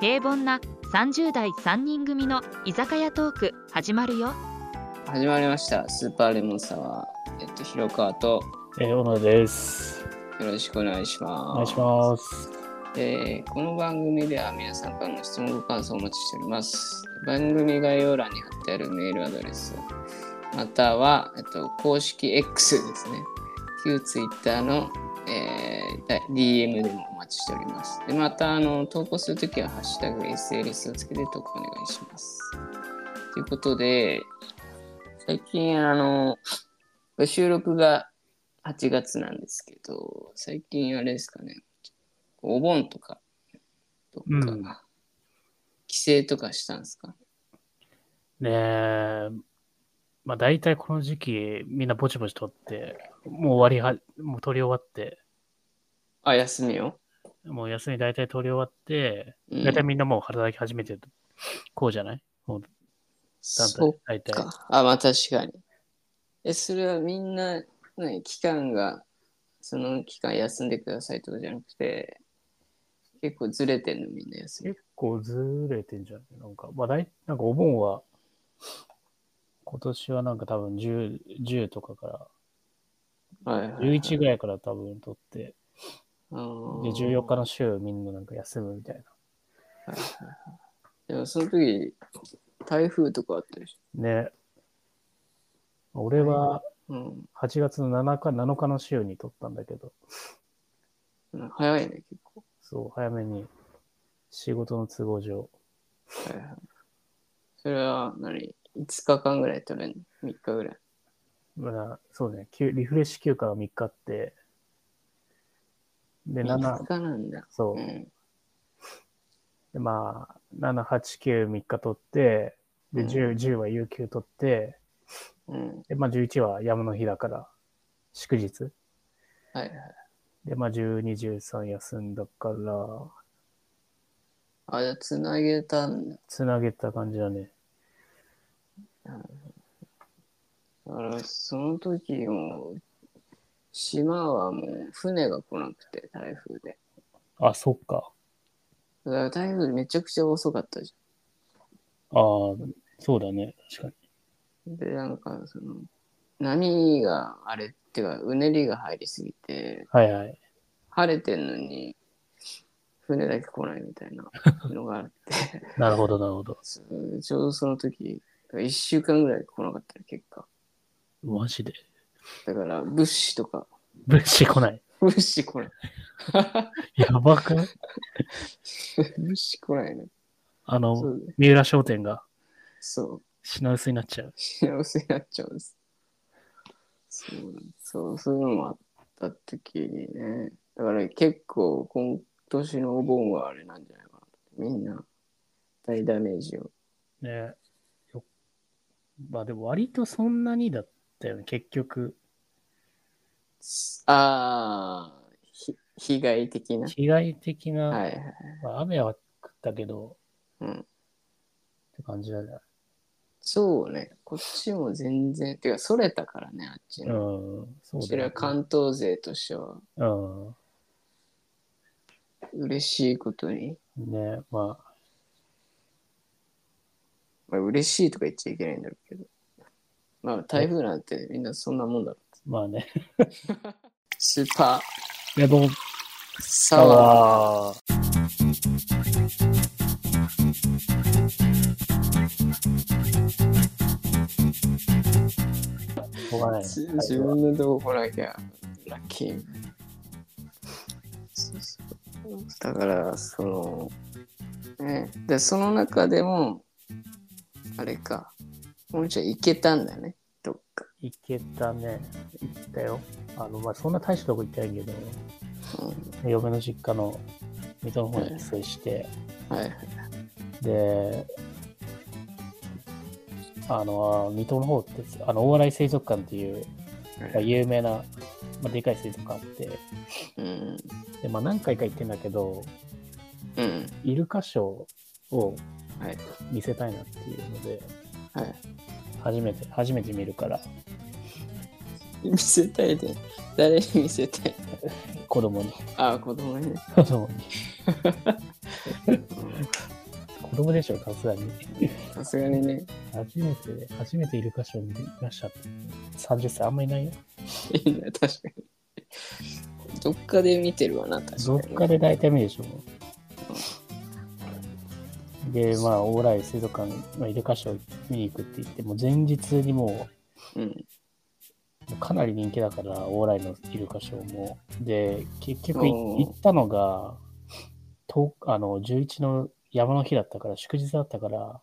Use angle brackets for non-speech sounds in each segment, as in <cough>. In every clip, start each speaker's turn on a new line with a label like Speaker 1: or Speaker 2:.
Speaker 1: 平凡な30代3人組の居酒屋トーク始まるよ
Speaker 2: 始まりました。スーパーレモンサワー。えっと、広川と
Speaker 3: えー、小野です。
Speaker 2: よろしくお願いします。
Speaker 3: お願いします。
Speaker 2: えーこの番組では皆さんからの質問ご感想をお待ちしております。番組概要欄に貼ってあるメールアドレス、または、えっと、公式 X ですね。旧 Twitter の、えーだ DM でもお待ちしております。で、また、あの、投稿するときは、ハッシュタグ SLS をつけて投稿お願いします。ということで、最近、あの、収録が8月なんですけど、最近あれですかね、お盆とか、どっか、
Speaker 3: うん
Speaker 2: 帰省とかしたんですか
Speaker 3: ねえ、まあ大体この時期みんなぼちぼち取って、もう終わりは、もう取り終わって、
Speaker 2: あ、休みを、
Speaker 3: もう休み大体取り終わって、
Speaker 2: うん
Speaker 3: 大体みんなもう働き始めてる、こうじゃないもう団
Speaker 2: そ
Speaker 3: 体
Speaker 2: っ、
Speaker 3: 大体。
Speaker 2: か。あ、まあ確かに。え、それはみんな、ね、期間が、その期間休んでくださいとかじゃなくて、結構ずれてんのみんな休み。
Speaker 3: 結構ずれてんじゃないなんか、まあ大、なんかお盆は、今年はなんか多分 10, 10とかか
Speaker 2: はいはい
Speaker 3: ら、
Speaker 2: はい、
Speaker 3: 11ぐらいから多分取って、
Speaker 2: あ
Speaker 3: で、
Speaker 2: ー
Speaker 3: 14日の週みんななんか休むみたいな。
Speaker 2: でもその時、台風とかあったでし
Speaker 3: ね。俺は
Speaker 2: ょ。うん
Speaker 3: 8月の7日、7日の週に撮ったんだけど、
Speaker 2: うん。早いね、結構。
Speaker 3: そう、早めに仕事の都合上、
Speaker 2: はいはい。それは何 ?5 日間ぐらい取れんの ?3 日ぐらい。
Speaker 3: まあ、そうね、休リフレッシュ休暇が3日あって、で、
Speaker 2: 5
Speaker 3: 7、
Speaker 2: 日なんだ。
Speaker 3: そうう、
Speaker 2: ん。
Speaker 3: でまあ、7、8、9、3日撮って、で、
Speaker 2: うん
Speaker 3: 10、10は有給取って、
Speaker 2: うん。
Speaker 3: で、まあ、11は山の日だから、祝日。
Speaker 2: はいはい。
Speaker 3: で、まあ、12、13休んだから、
Speaker 2: あ、じゃあ繋げたんだ。
Speaker 3: つなげた感じだね。
Speaker 2: だから、その時も、島はもう船が来なくて、台風で。
Speaker 3: あ、そっか。
Speaker 2: だから台風めちゃくちゃ遅かったじ
Speaker 3: ああ、そうだね。確かに。
Speaker 2: ゃん。で、なんか、その、波があれっていうか、うねりが入りすぎて、
Speaker 3: はいはい。
Speaker 2: 晴れてんのに、船だけ来ないみたいなのがあって。
Speaker 3: なるほど、なるほど。
Speaker 2: そうちょうどその時、1週間ぐらい来なかったね結果。
Speaker 3: マジで。
Speaker 2: だから、物資とか、
Speaker 3: 物資来ない。
Speaker 2: 物資来ない。
Speaker 3: やばくない
Speaker 2: 物資来ないね。
Speaker 3: あ
Speaker 2: そ
Speaker 3: の、
Speaker 2: うね。
Speaker 3: 三浦商店が
Speaker 2: そう。
Speaker 3: 品薄になっちゃう。
Speaker 2: 幸せになっちゃうんです。そうなんですそう、そういうのもあった時にね。だから結構、今年のお盆はあれなんじゃないかな。みんな、大ダメージを。
Speaker 3: ねよまあでも割とそんなにだったよね。結局、
Speaker 2: ああ、ひ被害的な。
Speaker 3: 被害的な、
Speaker 2: はいはい。
Speaker 3: まあ、雨は降ったけど、
Speaker 2: うん。
Speaker 3: って感じだね。
Speaker 2: そうね、こっちも全然、てか、それたからね、あっち
Speaker 3: う
Speaker 2: の。
Speaker 3: ん。そう
Speaker 2: こち
Speaker 3: だ
Speaker 2: ら
Speaker 3: よね。
Speaker 2: 関東勢としては、
Speaker 3: うん。
Speaker 2: 嬉しいことに、
Speaker 3: ねまあ、
Speaker 2: まあ嬉しいとか言っちゃいけないんだろうけど、まあ、台風なんてみんなそんなもんだろう。
Speaker 3: まあね。
Speaker 2: スーパ
Speaker 3: レボン
Speaker 2: ーサ
Speaker 3: サ
Speaker 2: ワー。
Speaker 3: ワー。しょうがないね
Speaker 2: 自自分のとこ来なきゃ、ラッキー。そうそうだから、その、ね、で、その中でも、あれか、もうちょい行けたんだね、どっか。
Speaker 3: 行けたね。行ったよ。あの、まあ、そんな大したとこ行ってないけど、
Speaker 2: うん
Speaker 3: 嫁の実家の水戸の方に帰省して、
Speaker 2: はい
Speaker 3: で、あの、水戸の方って、あの、大洗水族館っていう、まあ有名な、まあ、でかい水族館あって、
Speaker 2: うん。
Speaker 3: で、まあ、何回か行ってんだけど、
Speaker 2: うん。
Speaker 3: イルカショーを
Speaker 2: はい。
Speaker 3: 見せたいなっていうので、
Speaker 2: はい。
Speaker 3: 初めて、初めて見るから、
Speaker 2: 見せたいで。誰に見せたい
Speaker 3: 子供に。
Speaker 2: ああ、子供にね。
Speaker 3: 子供に。飛ぶでしょ、さすがに。
Speaker 2: さすがにね。
Speaker 3: 初めて、初めてイルカショー見ましたって。30歳あんまいないよ。
Speaker 2: いいね、確かに。どっかで見てるわな、確かに。
Speaker 3: どっかで大体見るでしょ。で、まあ、往来水族館、まあ、イルカショー見に行くって言って、もう前日にも
Speaker 2: うん。
Speaker 3: う、かなり人気だから、往来のイルカショーも。で、結局い
Speaker 2: おー
Speaker 3: 行ったのが、とあの11の山の日だったから、祝日だったから、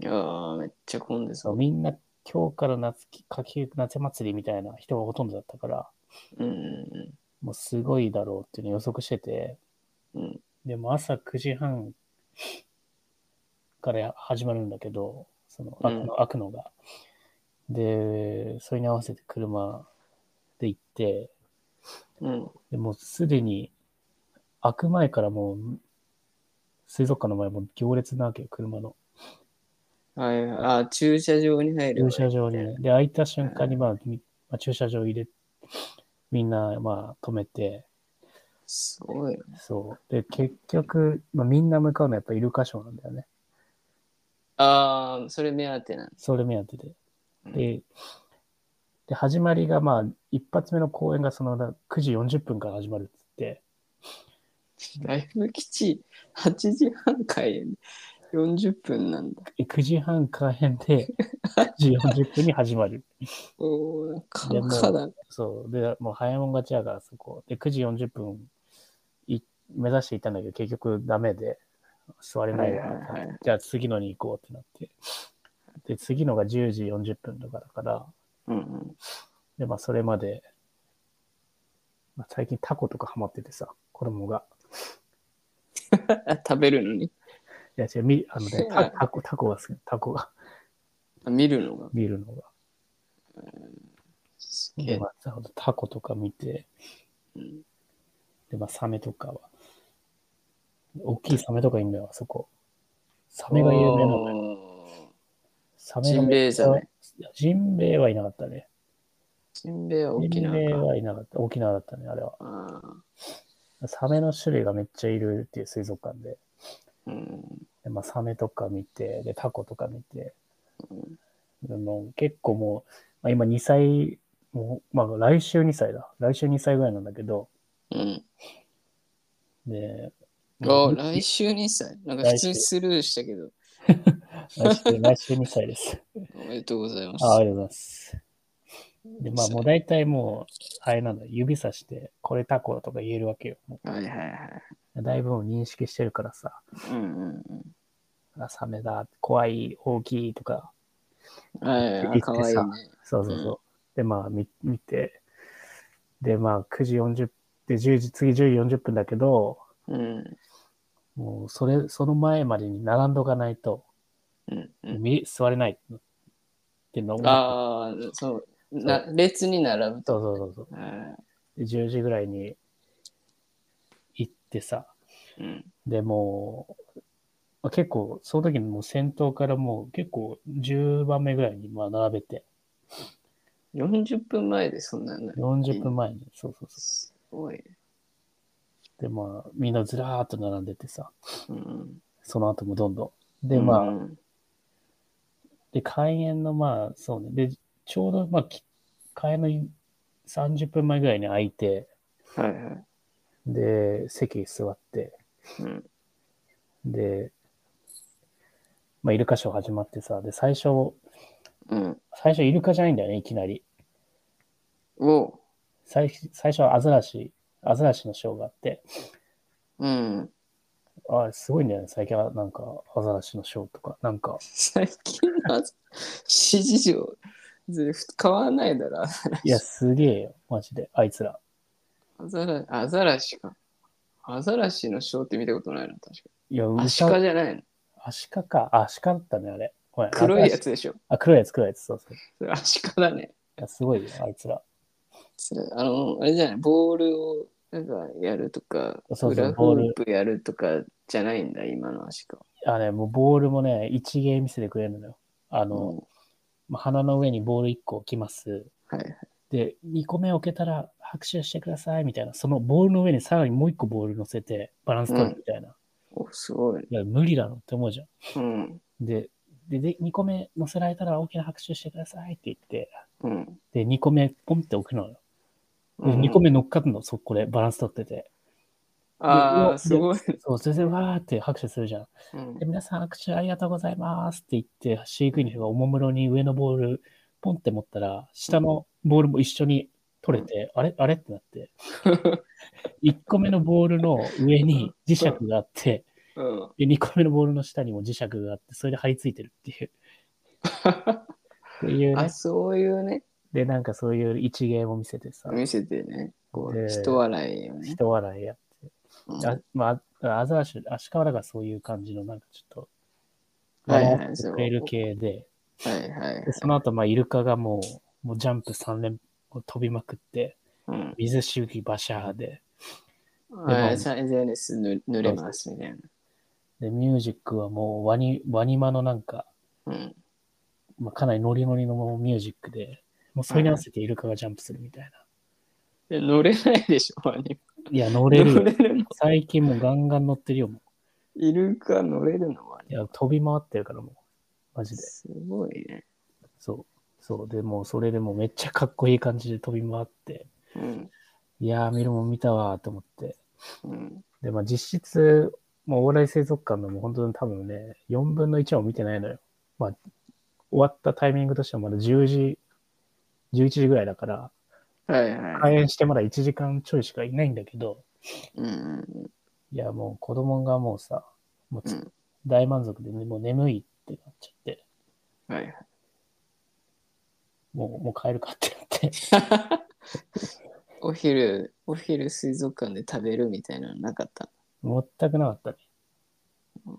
Speaker 2: いやー、めっちゃ混んで
Speaker 3: そ
Speaker 2: そう
Speaker 3: みんな今日から夏き夏季夏祭りみたいな人がほとんどだったから、
Speaker 2: う。うんうん
Speaker 3: もうすごいだろうっていうの予測してて、
Speaker 2: うん。うん。
Speaker 3: でも朝9時半から始まるんだけど、その開くの,、開くのが。で、それに合わせて車で行って、
Speaker 2: うん、
Speaker 3: でもうすでに開く前からもう水族館の前もう行列なわけよ、車の。
Speaker 2: はいはいあ、駐車場に入る。
Speaker 3: 駐車場にね。で、開いた瞬間に、まあ、みまあ、駐車場入れ、みんな、まあ、止めて、
Speaker 2: すごいな。
Speaker 3: そう。で、結局、まあ、みんな向かうのはやっぱイルカショーなんだよね。
Speaker 2: あー、それ目当てなんだ。
Speaker 3: それ目当てで。
Speaker 2: うん
Speaker 3: で、で始まりが、まあ、一発目の公演がそのな9時40分から始まるっつって、
Speaker 2: だいぶきちい。8時半開演。40分なんだ。
Speaker 3: え9時半開
Speaker 2: <laughs>
Speaker 3: 演で、9時40分に始まる。
Speaker 2: おー、なかなかだ。
Speaker 3: そう。で、もう早いもん勝ちやから、そこ。で、9時40分い目指していたんだけど、結局ダメで、座れないから、
Speaker 2: はいはいは
Speaker 3: じゃあ次のに行こうってなって。で、次のが10時40分とかだから、
Speaker 2: うんうん。
Speaker 3: で、まあ、それまで、まあ、最近タコとかハマっててさ、衣が。
Speaker 2: 食べるのに。、
Speaker 3: いや、違う、みあのねタタコ、タコが好き、タコが、
Speaker 2: あ見るのが。
Speaker 3: 見るのが。
Speaker 2: すげ
Speaker 3: で、
Speaker 2: え
Speaker 3: ま。あ、タコとか見て、
Speaker 2: うん
Speaker 3: で、まあ、サメとかは。大きいサメとかいんだよ、あそこ。サメが有名なのよ。
Speaker 2: おー
Speaker 3: サメが
Speaker 2: ジンベエザメ
Speaker 3: いやジンベエはいなかったね。
Speaker 2: ジンベエは
Speaker 3: ジ
Speaker 2: 沖
Speaker 3: ンベエ
Speaker 2: 縄か。
Speaker 3: はいなかった。沖縄だったね、あれは。
Speaker 2: あ
Speaker 3: サメの種類がめっちゃいるっていう水族館で。
Speaker 2: ーうん
Speaker 3: でまあ、サメとか見て、で、タコとか見て。
Speaker 2: うん
Speaker 3: でもう結構もう、まあ、今2歳、もうまあ、来週2歳だ。来週2歳ぐらいなんだけど、
Speaker 2: うん。
Speaker 3: で、も
Speaker 2: あ
Speaker 3: う
Speaker 2: 来週2歳。なんか普通にスルーしたけど。
Speaker 3: 来週来週2歳
Speaker 2: <laughs>
Speaker 3: です。
Speaker 2: おめでとうございま
Speaker 3: ああ
Speaker 2: す。
Speaker 3: りがとうございます。で、まあ、もう大体もう、あれなんだ、指さして、これタコとか言えるわけよ。も
Speaker 2: はいはいはい。
Speaker 3: うだいぶもう認識してるからさ、
Speaker 2: うんうん
Speaker 3: あサメだ、怖い、大きいとか、
Speaker 2: うん。はいはいはい。かわいいね。
Speaker 3: そうそうそう。で、まあ、み見て、で、まあ、9時40で、10時、次10時40分だけど、
Speaker 2: うん
Speaker 3: もう、それ、その前までに並んどかないと、
Speaker 2: うんうん。
Speaker 3: み座れないっていうのを、
Speaker 2: ああ、そう。な列に並ぶと。
Speaker 3: そうそうそうそう。
Speaker 2: は
Speaker 3: で、10時ぐらいに行ってさ、
Speaker 2: いうん
Speaker 3: でもう、まあ結構、その時にもう先頭からもう結構10番目ぐらいにまあ並べて、
Speaker 2: 40分前でそんなんなる。
Speaker 3: 40分前に、そうそうそ
Speaker 2: すごい。
Speaker 3: う。で、まあ、みんなずらーっと並んでてさ、
Speaker 2: うん
Speaker 3: その後もどんどん。
Speaker 2: う
Speaker 3: で、
Speaker 2: ん。
Speaker 3: まあ、
Speaker 2: うん
Speaker 3: で、開演のまあ、そうね、で、ちょうど、まあ、き開演の30分前ぐらいに空いて、
Speaker 2: はいはい。
Speaker 3: で、席座って、
Speaker 2: うん
Speaker 3: で、まあ、イルカショー始まってさ、で、最初、
Speaker 2: うん。
Speaker 3: 最初イルカじゃないんだよね、いきなり。
Speaker 2: おう。
Speaker 3: 最最初はアザラシ、アザラシのショーがあって、
Speaker 2: うん。
Speaker 3: あすごいんだよね、最近はなんかアザラシのショーとか、なんか、
Speaker 2: 最近の支持上、変わらないだろ。<laughs>
Speaker 3: いや、すげえよ、マジで、あいつら。
Speaker 2: アザラアザラシか。アザラシのショーって見たことないな、確
Speaker 3: いや、
Speaker 2: かに。ア
Speaker 3: ア
Speaker 2: シカじゃないの。
Speaker 3: アシカか、あアシカだったね、あれ。ごめん
Speaker 2: 黒いや。
Speaker 3: アザラシ
Speaker 2: つでしょ。
Speaker 3: あ、黒いやつ、黒いやつ、そうそう。い
Speaker 2: それアシカだね。
Speaker 3: や、すごいよ、あいつら。
Speaker 2: それあの、あれじゃない、ボールをなんかやるとか、
Speaker 3: そうそう
Speaker 2: グラフ
Speaker 3: ボ
Speaker 2: ホ
Speaker 3: ール
Speaker 2: ープやるとかじゃないんだ、今のアシカ。
Speaker 3: あれ、もうボールもね、一芸見せてくれるのよ。あの、
Speaker 2: も
Speaker 3: まあ鼻の上にボール1個置きます。
Speaker 2: うはいはい。
Speaker 3: で、2個目置けたら拍手してください、みたいな。そのボールの上にさらにもう1個ボール乗せて、バランス取るみたいな。
Speaker 2: おすごい。
Speaker 3: いや、無理だろうって思うじゃん。
Speaker 2: うん。
Speaker 3: で、で、で2個目載せられたら大きな拍手してくださいって言って、
Speaker 2: うん。
Speaker 3: で、2個目ポンって置くのよ。で
Speaker 2: うん
Speaker 3: 2個目乗っかるの、そこでバランス取ってて。
Speaker 2: あ
Speaker 3: で
Speaker 2: あ、すごい。
Speaker 3: そう、全然わーって拍手するじゃん。
Speaker 2: うん
Speaker 3: で、皆さん拍手ありがとうございますって言って、飼育員の人がおもむろに上のボールポンって持ったら、下のボールも一緒に取れて、あれあれって
Speaker 2: <laughs>
Speaker 3: なって、1個目のボールの上に磁石があって、
Speaker 2: うん。
Speaker 3: で、2個目のボールの下にも磁石があって、それで張り付いてるっていう。っていうね
Speaker 2: あ、。そういうね、
Speaker 3: で、なんかそういう一芸も見せてさ、
Speaker 2: 見せてね、こう、
Speaker 3: で
Speaker 2: 人笑いよね。
Speaker 3: 人笑いやって。
Speaker 2: うん
Speaker 3: あまあ、アザラシ、アシカワラがそういう感じの、なんかちょっと、
Speaker 2: はいはい
Speaker 3: 笑ってくれる系で、
Speaker 2: はいはい
Speaker 3: で。その後、まあ、イルカがもう、もうジャンプ3連飛びまくって、
Speaker 2: うん。
Speaker 3: 水しぶきバシャーで、
Speaker 2: はい、SNS ぬ濡れますみたいな。
Speaker 3: で、ミュージックはもうワニ、ワニマのなんか、
Speaker 2: うん。
Speaker 3: まあ、かなりノリノリのミュージックで、もうそれに合わせてイルカがジャンプするみたい
Speaker 2: で乗れないでしょ、ワニ。
Speaker 3: な。いや、乗れ
Speaker 2: 乗
Speaker 3: るよ。
Speaker 2: れるの
Speaker 3: 最近もうガンガン乗ってるよ、もう。
Speaker 2: イルカ乗れるのワ
Speaker 3: い
Speaker 2: ニ。
Speaker 3: や、飛び回ってるからもう、マジで。
Speaker 2: すごいね。
Speaker 3: そう。そう。でも、それでもめっちゃかっこいい感じで飛び回って、
Speaker 2: うん。
Speaker 3: いやー、見るもん見たわーと思って。
Speaker 2: うん。
Speaker 3: で、まあ実質、もう往来水族館のもう本当に多分ね、4分の1は見てないのよ。まあ、終わったタイミングとしてはまだ10時、11時ぐらいだから、
Speaker 2: はいはい。
Speaker 3: 開園してまだ1時間ちょいしかいないんだけど、
Speaker 2: うん。
Speaker 3: いや、もう子供がもうさ、もうつ
Speaker 2: うん
Speaker 3: 大満足で、ね、もう眠いってなっちゃって、
Speaker 2: はい <laughs> はい。
Speaker 3: もう、もう帰るかってなって。 <laughs>
Speaker 2: お昼、お昼水族館で食べるみたいなのなかった。
Speaker 3: 全くなかったね。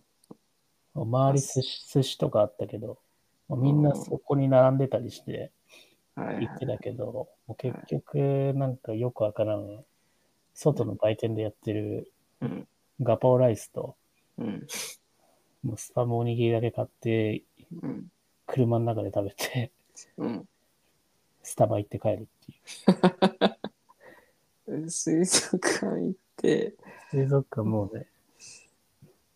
Speaker 3: 周り寿司寿司とかあったけど、もうみんなそこに並んでたりして
Speaker 2: はいはい
Speaker 3: 行ってたけど、もう結局なんかよくわからん、外の売店でやってる
Speaker 2: うん
Speaker 3: ガパオライスと、
Speaker 2: うん
Speaker 3: もうスパムおにぎりだけ買って、
Speaker 2: うん
Speaker 3: 車の中で食べて、 <laughs>
Speaker 2: うん
Speaker 3: スタバ行って帰るっていう。
Speaker 2: 水族館行って、
Speaker 3: 水族館もうね、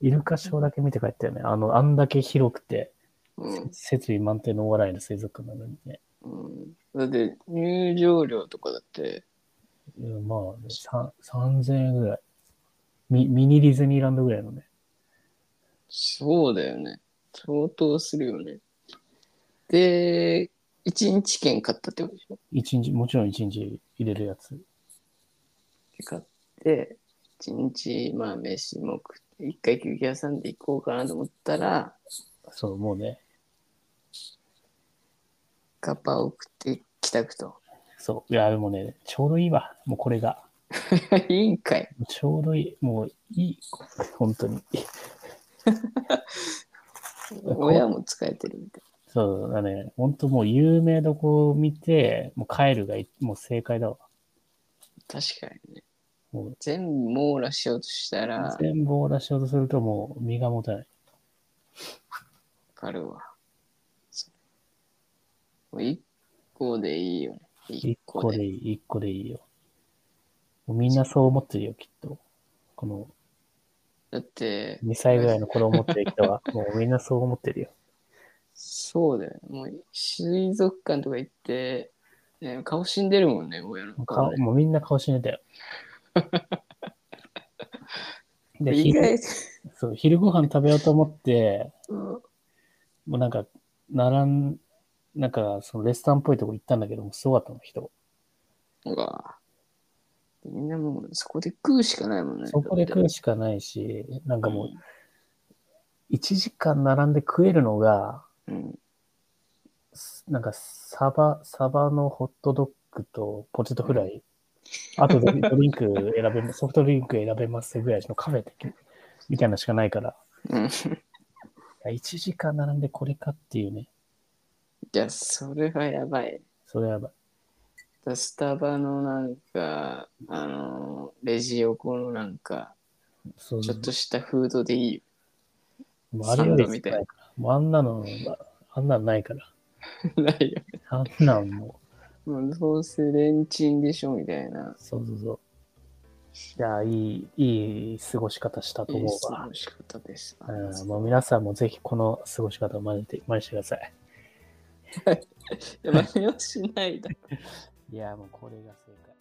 Speaker 3: イルカショーだけ見て帰ったよね。あの、あんだけ広くて、
Speaker 2: うん
Speaker 3: 設備満点のお笑いの水族館なのにね。
Speaker 2: うん、だって入場料とかだって、
Speaker 3: うんまあ、ね、さん3000円ぐらいミ。ミニディズニーランドぐらいのね。
Speaker 2: そうだよね。相当するよね。で、1日券買ったってことでしょ
Speaker 3: 一日、もちろん一日入れるや
Speaker 2: で
Speaker 3: つ。
Speaker 2: 買って、1日、まあ、飯も食って、一回休憩挟んで行こうかなと思ったら、
Speaker 3: そう、もうね。
Speaker 2: ガパを食って帰宅と。
Speaker 3: <laughs> そう。いや、でもね、ちょうどいいわ。もうこれが。
Speaker 2: いいんかい。
Speaker 3: ちょうどいい。もういい。本当に。
Speaker 2: 親も疲れてるみたい
Speaker 3: そうだね。本当もう有名どこを見て、もう帰るがいもう正解だわ。
Speaker 2: な。確かにね。
Speaker 3: もう
Speaker 2: 全部網羅しようとしたら、わ
Speaker 3: 全部を出しようとするともう身が持たない。
Speaker 2: かるわ。そうもう一個でいいよね。一
Speaker 3: 一
Speaker 2: 個
Speaker 3: 個
Speaker 2: で。
Speaker 3: でいい、一個でいいよ。もうみんなそう思ってるよ、きっと。この
Speaker 2: だって、
Speaker 3: 2歳ぐらいの子供を持ってる人 <laughs> は、もうみんなそう思ってるよ。
Speaker 2: そうだよね。もう水族館とか行って、ね、顔死んでるもんね、親の顔
Speaker 3: 顔
Speaker 2: ね。
Speaker 3: もうみんな顔死ねたよ。 <laughs> で
Speaker 2: 意
Speaker 3: 昼
Speaker 2: 外と、
Speaker 3: そう昼ご飯食べようと思って、
Speaker 2: うん
Speaker 3: もうなんか、並ん、なんか、そのレストランっぽいとこ行ったんだけど、もうすごかったの、人。
Speaker 2: うわみんなもうそこで食うしかないもんね。
Speaker 3: そこで食うしかないし、なんかもう、1時間並んで食えるのが、
Speaker 2: うん。うん。
Speaker 3: すなんか、サバ、サバのホットドッグとポテトフライ、あとドリドリンク選べ、 <laughs> ソフトドリンク選べますぐらいのカフェで、みたいなのしかないから、
Speaker 2: うん
Speaker 3: いや1時間並んでこれかっていうね、
Speaker 2: いや、それはやばい。
Speaker 3: それはやばい。
Speaker 2: スタバのなんか、あの、レジ横のなんか、
Speaker 3: そう
Speaker 2: ちょっとしたフードでいいよ。
Speaker 3: もうあれより
Speaker 2: サンドみたい
Speaker 3: 少ないから。もうあんなの、あんなのないから。
Speaker 2: ないよ。
Speaker 3: あんなんもう、
Speaker 2: もうどうせレンチンでしょみたいな。
Speaker 3: そうそうそう。いや、いい、いい過ごし方したと
Speaker 2: いい
Speaker 3: 思う
Speaker 2: 過
Speaker 3: わ
Speaker 2: ご。し方です。
Speaker 3: う
Speaker 2: <laughs>
Speaker 3: ん、もう皆さんもぜひこの過ごし方を真似て、真似してください。
Speaker 2: いや真似をしないで
Speaker 3: いや、もうこれが正解。